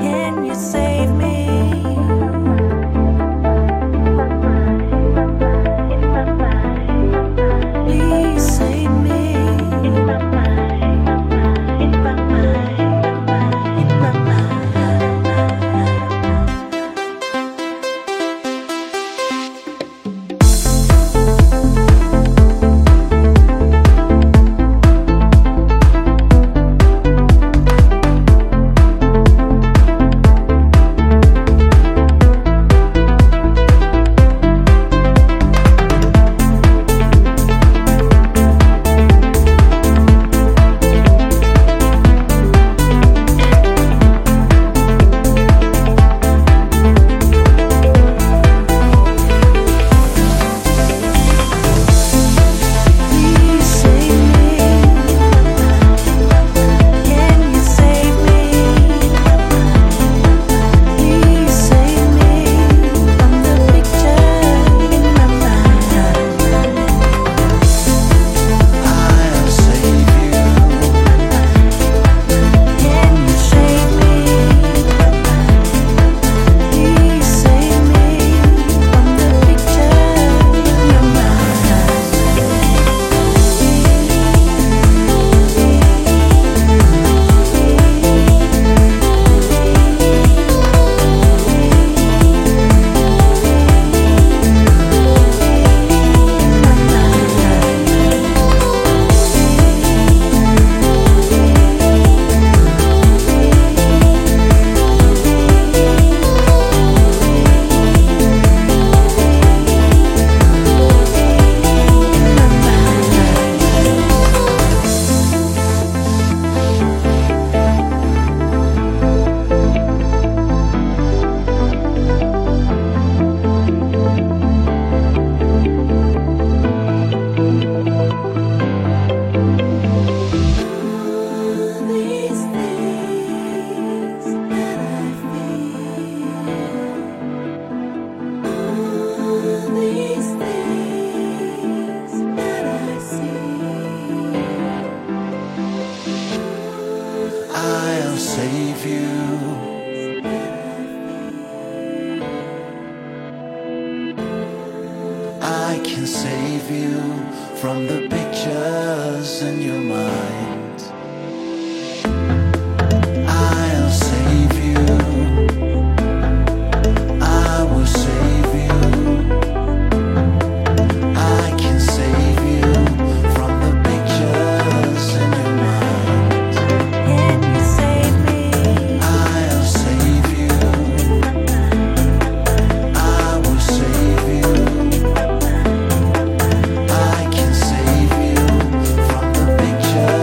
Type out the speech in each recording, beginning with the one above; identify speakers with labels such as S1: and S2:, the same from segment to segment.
S1: Can you save me? Please save me. Please save me. Can you save me? Please save me from the picture in my mind.
S2: I'll save you.
S1: Can you save me? Please save me from the picture in your mind. These things that I feel, these things that I see,
S2: I'll save you. I can save you from the pictures in your mind. I'll save you. I will save you. I can save you from the pictures in your mind.
S1: can you save me?
S2: I'll save you. I will save you. I can save you from the picture.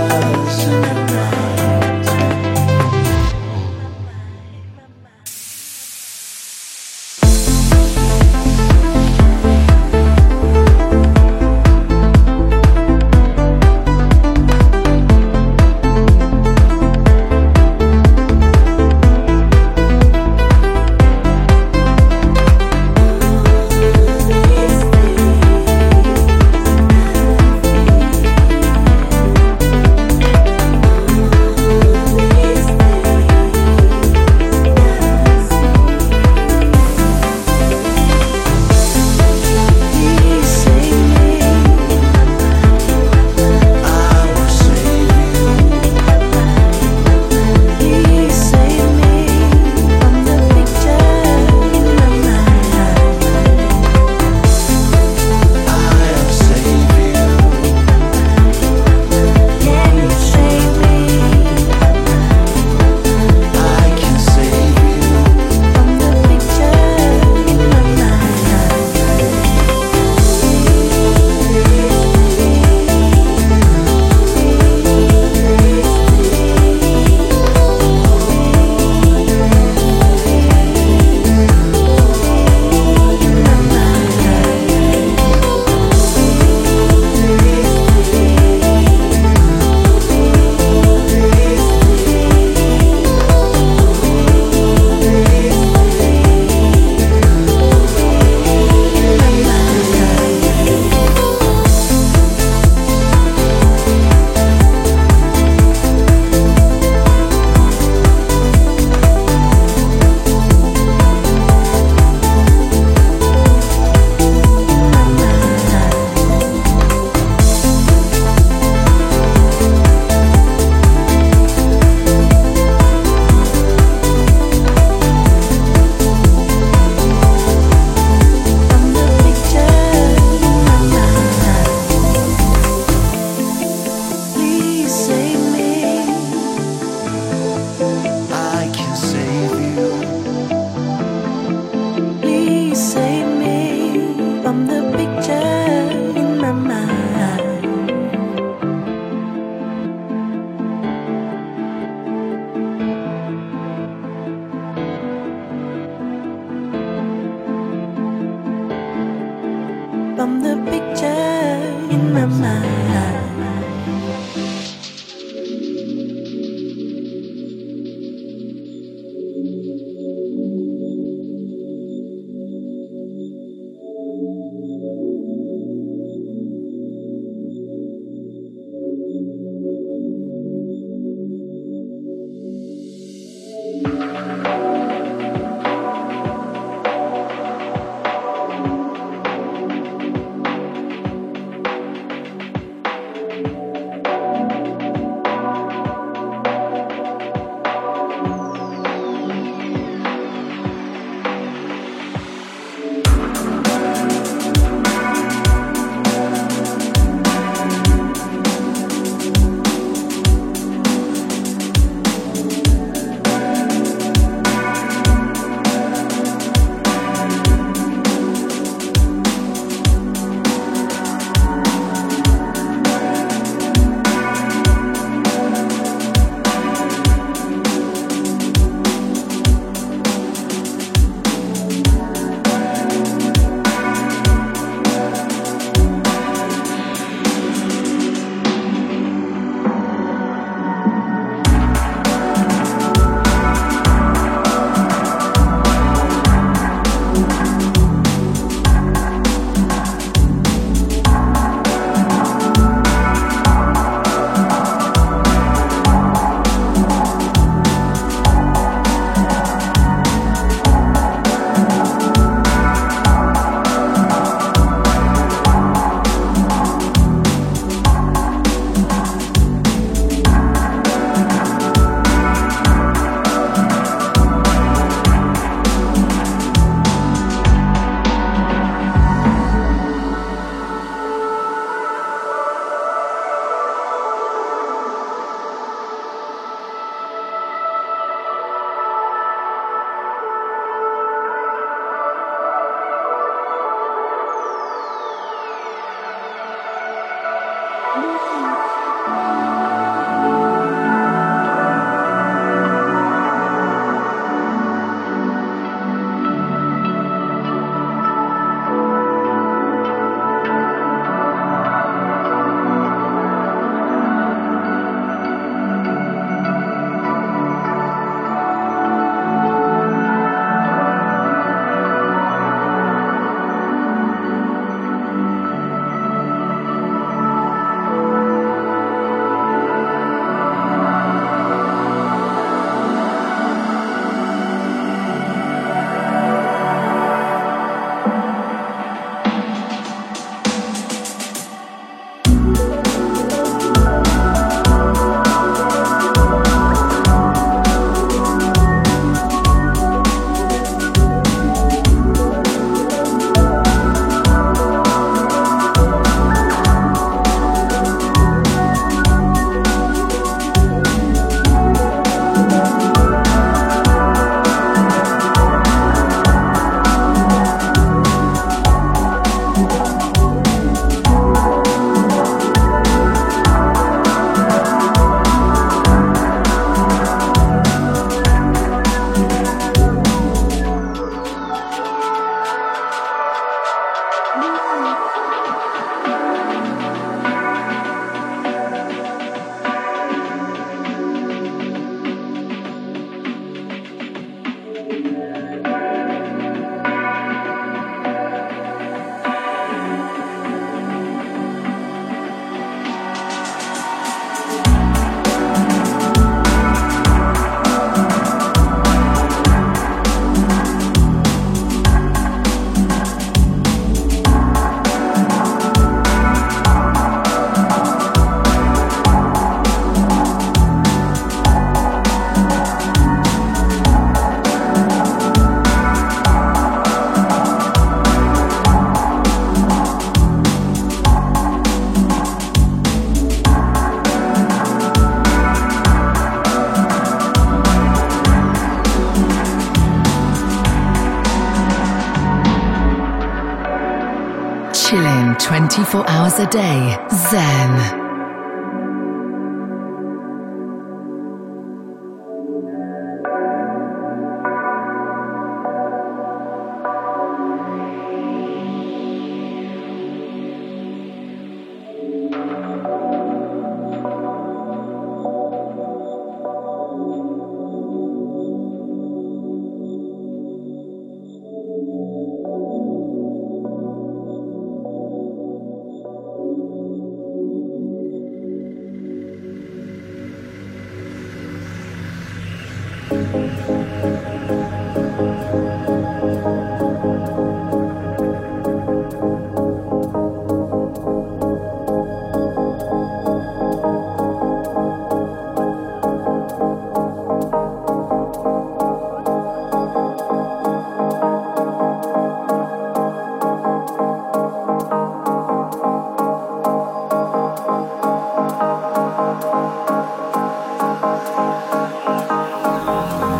S3: 24 hours a day. Zen.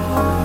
S4: Thank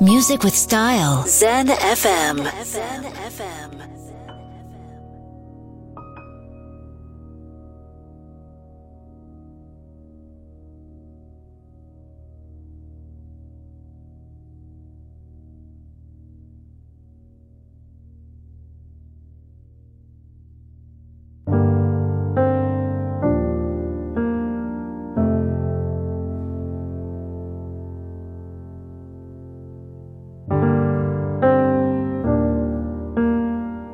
S5: music with style.
S1: Zen FM. Zen FM.
S6: Thank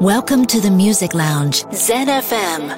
S3: Welcome to the Music Lounge.
S7: Zen FM.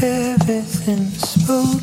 S2: Everything's supposed